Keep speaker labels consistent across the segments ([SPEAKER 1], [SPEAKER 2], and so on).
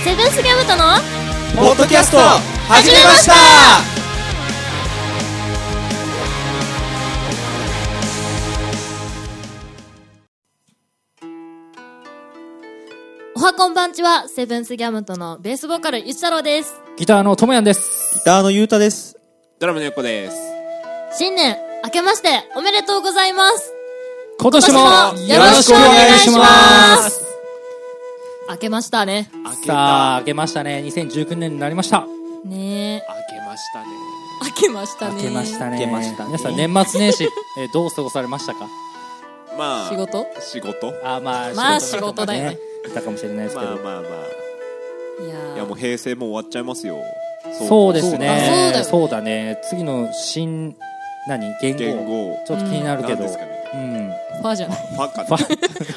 [SPEAKER 1] ウトの
[SPEAKER 2] ポッドキャスト始めました
[SPEAKER 1] おはこんばんちはセブンスギャムトのベースボーカルゆちたろうです
[SPEAKER 3] ギターのともやんです。
[SPEAKER 2] ギターのゆうたです
[SPEAKER 4] ドラムの横です。
[SPEAKER 1] 新年明けましておめでとうございます
[SPEAKER 3] 今年も
[SPEAKER 1] 今年も
[SPEAKER 3] よろしくお願いします。
[SPEAKER 1] 明けましたね
[SPEAKER 4] 開け
[SPEAKER 3] さあ、
[SPEAKER 4] た。
[SPEAKER 3] 明けましたね。2019年になりました。
[SPEAKER 1] ねえ
[SPEAKER 4] 開けましたね。
[SPEAKER 1] 明けましたね
[SPEAKER 3] 明けましたね。
[SPEAKER 2] 明けましたね
[SPEAKER 3] 皆さん年末年始、えーどう過ごされましたか
[SPEAKER 4] まあ、
[SPEAKER 1] 仕事
[SPEAKER 4] 仕事
[SPEAKER 3] あーまあ、
[SPEAKER 1] まあ
[SPEAKER 3] とか
[SPEAKER 1] 仕事だよね。
[SPEAKER 3] だかもしれないですけ
[SPEAKER 4] まあ
[SPEAKER 3] ど。
[SPEAKER 4] まあま
[SPEAKER 1] いや
[SPEAKER 4] あ。
[SPEAKER 1] ー
[SPEAKER 4] いや、もう平成も終わっちゃいますよ。
[SPEAKER 3] そうです
[SPEAKER 1] そうだ
[SPEAKER 3] ね
[SPEAKER 1] よ。
[SPEAKER 3] そうだね。次の新、何言
[SPEAKER 4] 言
[SPEAKER 3] 語。
[SPEAKER 4] 語。
[SPEAKER 3] ちょっと気になるけ
[SPEAKER 4] 何
[SPEAKER 3] ど。
[SPEAKER 4] ですかね。
[SPEAKER 3] うん。
[SPEAKER 1] ファーじゃない
[SPEAKER 4] ファンか
[SPEAKER 3] フ
[SPEAKER 4] な。
[SPEAKER 3] ァ、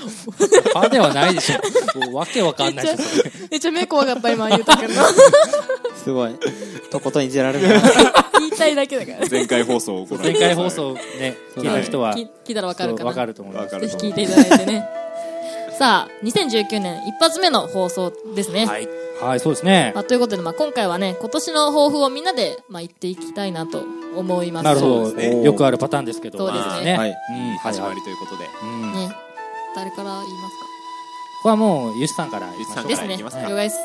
[SPEAKER 3] ファではないでしょ。もうわけわかんないでしょ。それ
[SPEAKER 1] めっちゃ目怖かった今言うたけど
[SPEAKER 2] すごいとことんいじられるな
[SPEAKER 1] 言いたいだけだから
[SPEAKER 4] 前回放送をご覧くだ
[SPEAKER 3] 前
[SPEAKER 4] さい
[SPEAKER 3] 回放送ね、聞いた人は、
[SPEAKER 1] 聞聞いたらわかるか
[SPEAKER 3] そう
[SPEAKER 1] な
[SPEAKER 3] わかると思います
[SPEAKER 4] わ。か
[SPEAKER 1] ぜ
[SPEAKER 4] る
[SPEAKER 1] ひ
[SPEAKER 4] と
[SPEAKER 1] 聞
[SPEAKER 4] 思
[SPEAKER 1] いていただいてねさあ2019年一発目の放送ですね、
[SPEAKER 3] い。はい、そうですね。
[SPEAKER 1] まあ、ということで、まあ、今回はね今年の抱負をみんなで、まあ、言っていきたいなと思います
[SPEAKER 3] なるほ
[SPEAKER 4] そう
[SPEAKER 3] ど。
[SPEAKER 4] ですね
[SPEAKER 3] よくあるパターンですけど。
[SPEAKER 1] そうです
[SPEAKER 3] ね
[SPEAKER 1] ね,、
[SPEAKER 2] はい
[SPEAKER 3] うん、
[SPEAKER 4] 始ま
[SPEAKER 3] り。
[SPEAKER 4] りということで。
[SPEAKER 3] うん。こ
[SPEAKER 1] ね誰から言いますか
[SPEAKER 3] こはもう、ゆしさんから言いましょう
[SPEAKER 4] ゆ
[SPEAKER 3] か。
[SPEAKER 1] です
[SPEAKER 4] しさんから
[SPEAKER 1] ね。
[SPEAKER 4] いきますか
[SPEAKER 1] 了解です。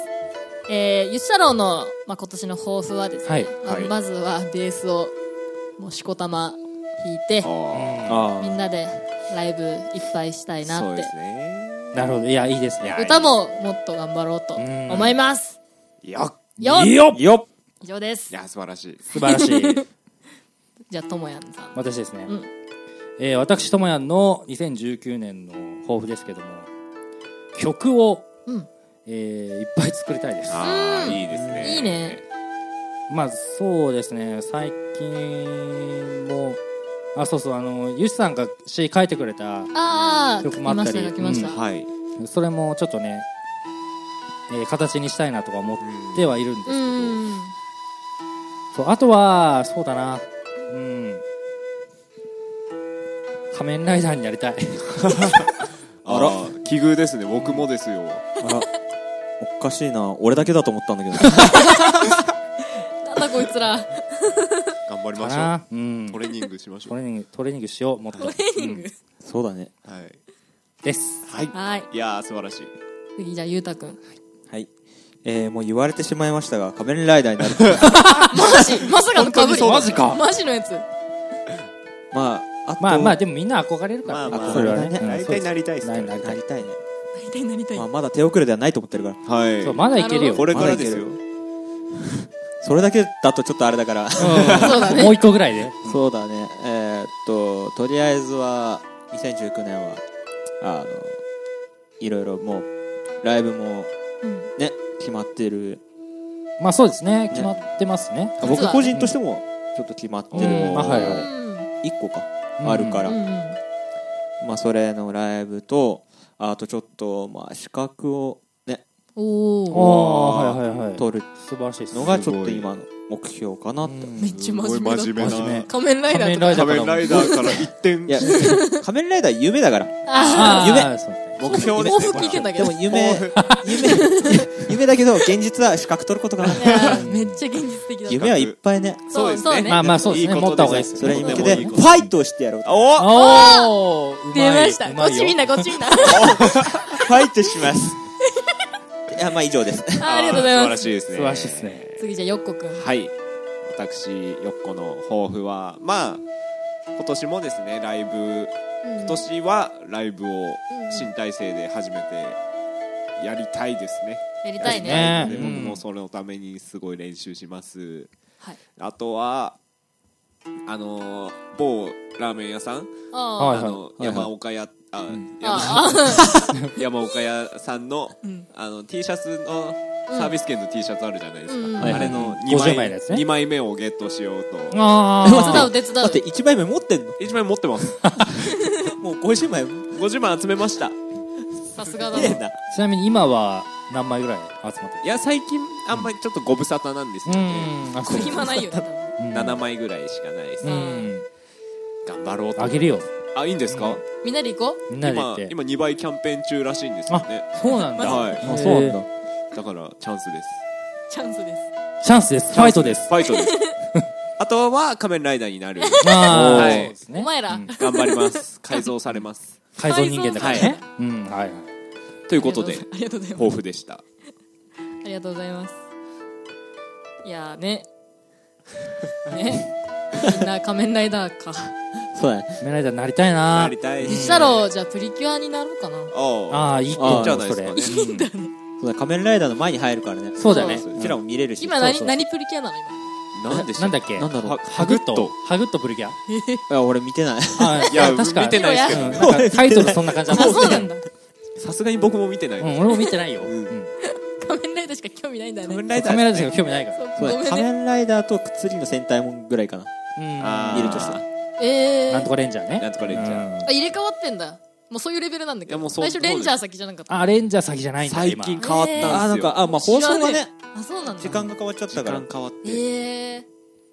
[SPEAKER 1] えー、ゆっしゃろうの、まあ、今年の抱負はですね、
[SPEAKER 3] はい
[SPEAKER 1] まあ
[SPEAKER 4] はい
[SPEAKER 1] まずはベースを、もうしこたま弾いて、
[SPEAKER 4] あ
[SPEAKER 2] あ
[SPEAKER 1] みんなでライブいっぱいしたい
[SPEAKER 4] あ。そ
[SPEAKER 1] なっ
[SPEAKER 4] う
[SPEAKER 1] て、
[SPEAKER 4] ですね。
[SPEAKER 3] なるほど。いや、いいですね。
[SPEAKER 1] 歌ももっと頑張ろうと
[SPEAKER 3] ん
[SPEAKER 1] 思います。
[SPEAKER 4] よっ。
[SPEAKER 1] よっ
[SPEAKER 3] いいよよ
[SPEAKER 1] 以上です
[SPEAKER 4] い。や、素晴らしい。
[SPEAKER 3] 素晴らしい。
[SPEAKER 1] じゃあ、ともやんさん。
[SPEAKER 3] 私ですね
[SPEAKER 1] うん。
[SPEAKER 3] えー私、ともやんの2019年の抱負ですけども、曲を
[SPEAKER 1] うん、
[SPEAKER 3] えーいっぱい作りたいです。
[SPEAKER 4] ああ、いいですね。
[SPEAKER 1] いいね。
[SPEAKER 3] まあ、そうですね。最近も、あ、そうそう、あの、ゆしさんが詩書いてくれた、
[SPEAKER 1] あー、
[SPEAKER 3] 曲
[SPEAKER 1] 来
[SPEAKER 3] もあ
[SPEAKER 1] ま
[SPEAKER 3] っ
[SPEAKER 1] したた
[SPEAKER 3] り
[SPEAKER 1] よ、来ました。
[SPEAKER 4] はい。
[SPEAKER 3] それもちょっとね、えー形にしたいなとか思ってはいるんですけ
[SPEAKER 1] う
[SPEAKER 3] ど、
[SPEAKER 1] ん。
[SPEAKER 3] そうあとはそうだなうん仮面ライダーになりたい
[SPEAKER 4] あら、奇遇ですね。僕もですよ。
[SPEAKER 2] あおかしいな俺だけだと思った んだけど
[SPEAKER 1] なんだこいつら。
[SPEAKER 4] 頑張り
[SPEAKER 3] か
[SPEAKER 4] ましょ
[SPEAKER 3] なうん
[SPEAKER 4] う。トレーニングしましょ
[SPEAKER 3] ト
[SPEAKER 4] う。
[SPEAKER 3] レーニングトレーニングしようもっと
[SPEAKER 2] そうだね
[SPEAKER 4] はい。
[SPEAKER 3] です
[SPEAKER 4] はい。
[SPEAKER 1] はい。
[SPEAKER 4] いやー、素晴らしい。
[SPEAKER 1] 次、じゃあ、ゆうたくん。
[SPEAKER 2] はいえー、もう言われてしまいましたが仮面ライダーになる
[SPEAKER 1] マ ジまさかのかぶり。
[SPEAKER 4] 本当にそうだマジか
[SPEAKER 1] マジのやつ。
[SPEAKER 2] まああと
[SPEAKER 3] まあまあでもみんな憧れるから、
[SPEAKER 4] まあまあ
[SPEAKER 3] それはね
[SPEAKER 2] ね
[SPEAKER 3] うん
[SPEAKER 4] 大
[SPEAKER 3] そう
[SPEAKER 4] 体
[SPEAKER 3] です
[SPEAKER 4] なりたいですから
[SPEAKER 3] ななりた
[SPEAKER 2] ないりたいね、
[SPEAKER 1] なりたいなりたい
[SPEAKER 2] まあ、。まだ手遅れではないと思ってるから
[SPEAKER 4] はい。
[SPEAKER 3] そうまだいけるよ
[SPEAKER 4] これからですよ
[SPEAKER 2] ま。それだけだとちょっとあれだから
[SPEAKER 1] そうだね
[SPEAKER 3] もう一個ぐらいで
[SPEAKER 2] そうだね、えーっと、とりあえずは、2019年は、あの、いろいろもう、ライブも
[SPEAKER 1] うん
[SPEAKER 2] ね、決まってる、
[SPEAKER 3] まあそうですね決まってますね
[SPEAKER 1] 実は
[SPEAKER 2] 僕個人としても、ちょっと決まってる
[SPEAKER 3] うん
[SPEAKER 2] の
[SPEAKER 3] まあはいは
[SPEAKER 2] が、1個か、
[SPEAKER 3] うん
[SPEAKER 2] あるから、
[SPEAKER 1] うんうん
[SPEAKER 2] まあ、それのライブと、あとちょっと、まあ、資格をね、
[SPEAKER 3] あ
[SPEAKER 1] おお。
[SPEAKER 3] あはいはいはい
[SPEAKER 2] 取る
[SPEAKER 3] 素晴らしいです
[SPEAKER 2] のが、ちょっと今の目標かなって。
[SPEAKER 1] めっちゃ真面目だ。
[SPEAKER 4] すごい真面目な。
[SPEAKER 1] 仮面ライダー
[SPEAKER 3] 仮
[SPEAKER 1] と
[SPEAKER 3] 面
[SPEAKER 1] か。
[SPEAKER 3] ライダ
[SPEAKER 4] 仮面ライダ
[SPEAKER 3] ー
[SPEAKER 4] ーから一点
[SPEAKER 2] いや、仮面ライダー夢だから。
[SPEAKER 1] あ
[SPEAKER 2] 夢
[SPEAKER 3] 夢そうね
[SPEAKER 4] 目標で
[SPEAKER 1] 抱
[SPEAKER 4] す
[SPEAKER 1] 負
[SPEAKER 4] ね。
[SPEAKER 1] 聞いてんだけ
[SPEAKER 2] で
[SPEAKER 1] ど。
[SPEAKER 2] も夢、夢、 夢だけど、現実は資格取ることかな。
[SPEAKER 1] いやめっちゃ現実的だった。
[SPEAKER 2] 夢はいっぱいね。
[SPEAKER 4] そうですね。
[SPEAKER 3] まあまあそうですね
[SPEAKER 4] いいこと
[SPEAKER 3] 持った方がいいです
[SPEAKER 2] それに向け
[SPEAKER 4] い
[SPEAKER 2] て、
[SPEAKER 4] い
[SPEAKER 2] フ
[SPEAKER 4] こと
[SPEAKER 2] ァイトをしてやろう。
[SPEAKER 4] お
[SPEAKER 3] おお
[SPEAKER 1] 出ました。こっち見んな、こっち見んな。あ
[SPEAKER 2] ファイトします。 いや、まあ以上です。
[SPEAKER 1] ありがとうございま
[SPEAKER 4] 素晴ら
[SPEAKER 1] す。
[SPEAKER 4] しいですね。
[SPEAKER 3] 素晴らしいです。ね
[SPEAKER 1] 次じゃあ、よっこくん。
[SPEAKER 4] はい。私、よっこの抱負は、まあ、今年もですね、ライブ、今年はライブを新体制で始めて、やりたいですね。
[SPEAKER 1] やりたいね。
[SPEAKER 3] ね
[SPEAKER 4] で僕
[SPEAKER 3] うん
[SPEAKER 4] もそれのためにすごい練習します。
[SPEAKER 1] はい。
[SPEAKER 4] あとは、あのー、某ラーメン屋さん
[SPEAKER 1] あ
[SPEAKER 3] はい
[SPEAKER 4] あの、
[SPEAKER 2] い
[SPEAKER 4] 山岡屋、あ、
[SPEAKER 1] あ
[SPEAKER 4] 山、 山岡屋さんの、
[SPEAKER 1] ん
[SPEAKER 4] あの、T シャツの、サービス券の T シャツあるじゃないですか。
[SPEAKER 1] うん
[SPEAKER 4] あれの
[SPEAKER 3] はい
[SPEAKER 4] 2枚
[SPEAKER 3] 50枚のやつね
[SPEAKER 4] 2枚目をゲットしようと。
[SPEAKER 3] あ
[SPEAKER 1] あ。
[SPEAKER 3] あ
[SPEAKER 1] 手伝う、
[SPEAKER 2] だっ
[SPEAKER 1] 手
[SPEAKER 2] て
[SPEAKER 1] 伝う。
[SPEAKER 2] 1枚目持ってんの
[SPEAKER 4] 1枚持って ます。
[SPEAKER 2] もう50枚。
[SPEAKER 4] 50枚集めました。い
[SPEAKER 1] さすがだ
[SPEAKER 2] 綺
[SPEAKER 1] な。
[SPEAKER 2] 麗だ。
[SPEAKER 3] ちなみに今は何枚ぐらい集まってる
[SPEAKER 4] や、最近、あんまりちょっとご無沙汰なんですよね。
[SPEAKER 3] ん、あ、そう
[SPEAKER 1] 暇ないよね。
[SPEAKER 4] 7枚ぐらいしかないです。
[SPEAKER 3] うん。
[SPEAKER 4] 頑張ろうと。
[SPEAKER 3] あげるよ。
[SPEAKER 4] あ、いいんですか
[SPEAKER 1] みんなで行こ
[SPEAKER 3] みんなで言
[SPEAKER 4] 今
[SPEAKER 3] っ、て。
[SPEAKER 4] 今2倍キャンペーン中らしいんですよね。
[SPEAKER 3] そうなんだ。
[SPEAKER 4] はい
[SPEAKER 3] あ
[SPEAKER 2] そうなんだ。
[SPEAKER 4] だから、チャンスです。
[SPEAKER 1] チャンスです。
[SPEAKER 3] チャンスです。ファイトです。
[SPEAKER 4] ファイトです あとは仮面ライダーになる
[SPEAKER 3] まあ、
[SPEAKER 4] はい
[SPEAKER 3] そうです
[SPEAKER 1] お
[SPEAKER 3] ね。
[SPEAKER 1] 前ら、
[SPEAKER 4] うん頑張ります改造されます
[SPEAKER 3] 改造人間だからね。うん、はい。
[SPEAKER 4] ということで
[SPEAKER 1] ありがとうございます。
[SPEAKER 4] 抱負でした
[SPEAKER 1] ありがとうございます。いやーね。ね。みんな仮面ライダーか。
[SPEAKER 2] そうだね
[SPEAKER 3] 仮面ライダーになりたい
[SPEAKER 4] な
[SPEAKER 3] な
[SPEAKER 4] りたい
[SPEAKER 1] したら、じゃあプリキュアになろうかな。
[SPEAKER 4] おう
[SPEAKER 3] ああ、いいと思う、
[SPEAKER 4] じゃない
[SPEAKER 3] そ
[SPEAKER 4] で
[SPEAKER 3] れ。
[SPEAKER 4] すかね
[SPEAKER 2] そうだ仮面ライダーの前に入るからね
[SPEAKER 3] そうだよね。
[SPEAKER 4] そう
[SPEAKER 2] うちらも見れるし
[SPEAKER 1] 今
[SPEAKER 2] そうそ
[SPEAKER 1] 何、
[SPEAKER 2] う
[SPEAKER 1] 何プリキュアなの今。
[SPEAKER 4] なんでし
[SPEAKER 3] な
[SPEAKER 4] た
[SPEAKER 3] んだっけ
[SPEAKER 2] なんだろう
[SPEAKER 4] は
[SPEAKER 3] ハグッと。ハグッとプリキュア。
[SPEAKER 2] いや俺見てない
[SPEAKER 3] あー
[SPEAKER 4] いや
[SPEAKER 3] 確か
[SPEAKER 4] 見てないですけど
[SPEAKER 3] うん
[SPEAKER 4] ね
[SPEAKER 3] なんかタイトルそんな感じ
[SPEAKER 1] あ、
[SPEAKER 3] だった
[SPEAKER 1] そうなんだ。
[SPEAKER 4] さすがに僕も見てない
[SPEAKER 3] うん、
[SPEAKER 4] です
[SPEAKER 3] 俺も見てないよ。
[SPEAKER 4] ん
[SPEAKER 3] うん
[SPEAKER 1] 仮面ライダーしか興味ないんだよ
[SPEAKER 4] 仮面
[SPEAKER 1] ね。
[SPEAKER 4] ライダ
[SPEAKER 3] カ
[SPEAKER 4] ー
[SPEAKER 3] メラでしか興味ないから。
[SPEAKER 1] そう
[SPEAKER 2] そう
[SPEAKER 1] ご
[SPEAKER 2] だ
[SPEAKER 1] め
[SPEAKER 2] ね
[SPEAKER 1] ん
[SPEAKER 2] 仮
[SPEAKER 1] ね。
[SPEAKER 2] 面ライダーとくっつりの戦隊もんぐらいかな
[SPEAKER 3] うん。
[SPEAKER 4] あー
[SPEAKER 2] 見るとしたら
[SPEAKER 1] え
[SPEAKER 3] なんと
[SPEAKER 1] ー。
[SPEAKER 3] かレンジャーね。
[SPEAKER 4] なんとかレンジャ
[SPEAKER 3] ー
[SPEAKER 1] あ、。入れ替わってんだ。もうそういうレベルなんだけ
[SPEAKER 4] いやも
[SPEAKER 1] ど。
[SPEAKER 4] うそう
[SPEAKER 1] 最初レンジャー先じゃなかった。
[SPEAKER 3] あ、レンジャー先じゃないんだ、
[SPEAKER 4] 最
[SPEAKER 3] 今。
[SPEAKER 4] 近変わったんですよ
[SPEAKER 1] あ
[SPEAKER 2] あなんかあまあ放送が
[SPEAKER 1] 知ら
[SPEAKER 2] ね
[SPEAKER 1] あ、そうなんだ。
[SPEAKER 2] 時間が変わっちゃっ
[SPEAKER 4] 時
[SPEAKER 2] たから
[SPEAKER 4] 間変わって
[SPEAKER 1] えー。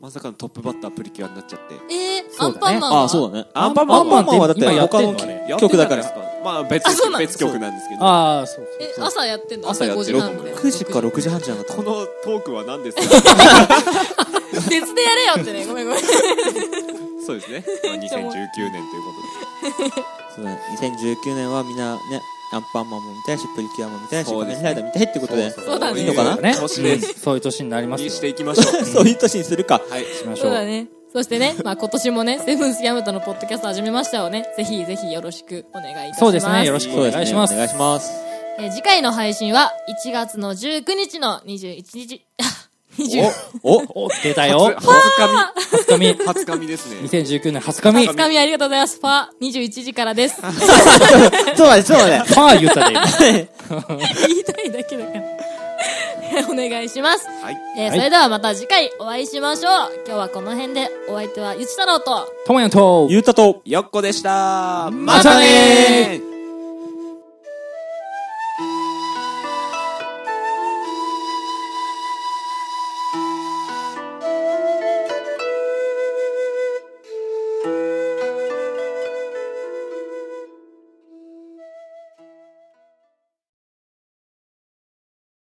[SPEAKER 4] まさかのトップバッタープリキュアになっちゃって
[SPEAKER 1] えー、ア
[SPEAKER 3] そう
[SPEAKER 1] ン
[SPEAKER 3] だね
[SPEAKER 1] パンマンは
[SPEAKER 2] あそうだね
[SPEAKER 4] アンパンマン
[SPEAKER 2] アンパンマンはだって
[SPEAKER 3] 今やってん
[SPEAKER 2] 他
[SPEAKER 3] の
[SPEAKER 2] の
[SPEAKER 3] あれ
[SPEAKER 4] やってんじゃ
[SPEAKER 2] 曲だ
[SPEAKER 4] な
[SPEAKER 2] か
[SPEAKER 4] いです
[SPEAKER 2] ら
[SPEAKER 4] まあ別
[SPEAKER 1] あそうなんだ
[SPEAKER 4] 別局なんですけど
[SPEAKER 3] ああ、そうそう
[SPEAKER 1] え
[SPEAKER 3] そう。
[SPEAKER 1] 朝やってんの
[SPEAKER 4] 朝やって
[SPEAKER 1] 5時
[SPEAKER 4] る
[SPEAKER 1] 半で
[SPEAKER 2] 9時か6時半じゃなかった
[SPEAKER 4] こ
[SPEAKER 2] かな
[SPEAKER 4] のトークは何ですか
[SPEAKER 1] 別でやれよってねごめんごめん
[SPEAKER 4] そうですね、まあ、2019年ということで
[SPEAKER 2] そうだね2019年はみんなねアンパンマンも見たいしプリキュアも見たいし
[SPEAKER 4] そう
[SPEAKER 2] 仮
[SPEAKER 4] です
[SPEAKER 2] 面
[SPEAKER 4] ね
[SPEAKER 2] ライダー見たいってことで
[SPEAKER 1] そうだね
[SPEAKER 2] いいのかな
[SPEAKER 3] ね。
[SPEAKER 4] 年で
[SPEAKER 3] うんそういう年になりますよ。
[SPEAKER 4] にして
[SPEAKER 3] し
[SPEAKER 4] いきましょう
[SPEAKER 2] そういう年にするか
[SPEAKER 4] はい
[SPEAKER 3] まし
[SPEAKER 1] そ
[SPEAKER 3] ょ
[SPEAKER 1] うだ
[SPEAKER 3] う。
[SPEAKER 1] ねそしてね、まあ、今年もね「セブンスヤムトのポッドキャスト始めましたをねぜひぜひよろしくお願いいたします
[SPEAKER 3] そうですねよろしくお願いします
[SPEAKER 2] そうでねお願いします
[SPEAKER 1] えー次回の配信は1月の19日の21日あ20
[SPEAKER 3] お、お、出たよ。
[SPEAKER 4] 初
[SPEAKER 3] 初
[SPEAKER 4] 髪
[SPEAKER 3] 紙。
[SPEAKER 4] 初髪ですね
[SPEAKER 3] 2019年 初紙。
[SPEAKER 1] つかみありがとうございますファ21時からです
[SPEAKER 2] そうだねそうだね
[SPEAKER 3] パー言ったで、今。
[SPEAKER 1] 言いたいだけだから お願いします、
[SPEAKER 4] はい
[SPEAKER 1] えー
[SPEAKER 3] はい
[SPEAKER 1] それではまた次回お会いしましょう今日はこの辺でお相手はゆち太郎と
[SPEAKER 3] ともやんと。
[SPEAKER 2] ゆうたと
[SPEAKER 4] よっこでした
[SPEAKER 3] またね
[SPEAKER 4] ー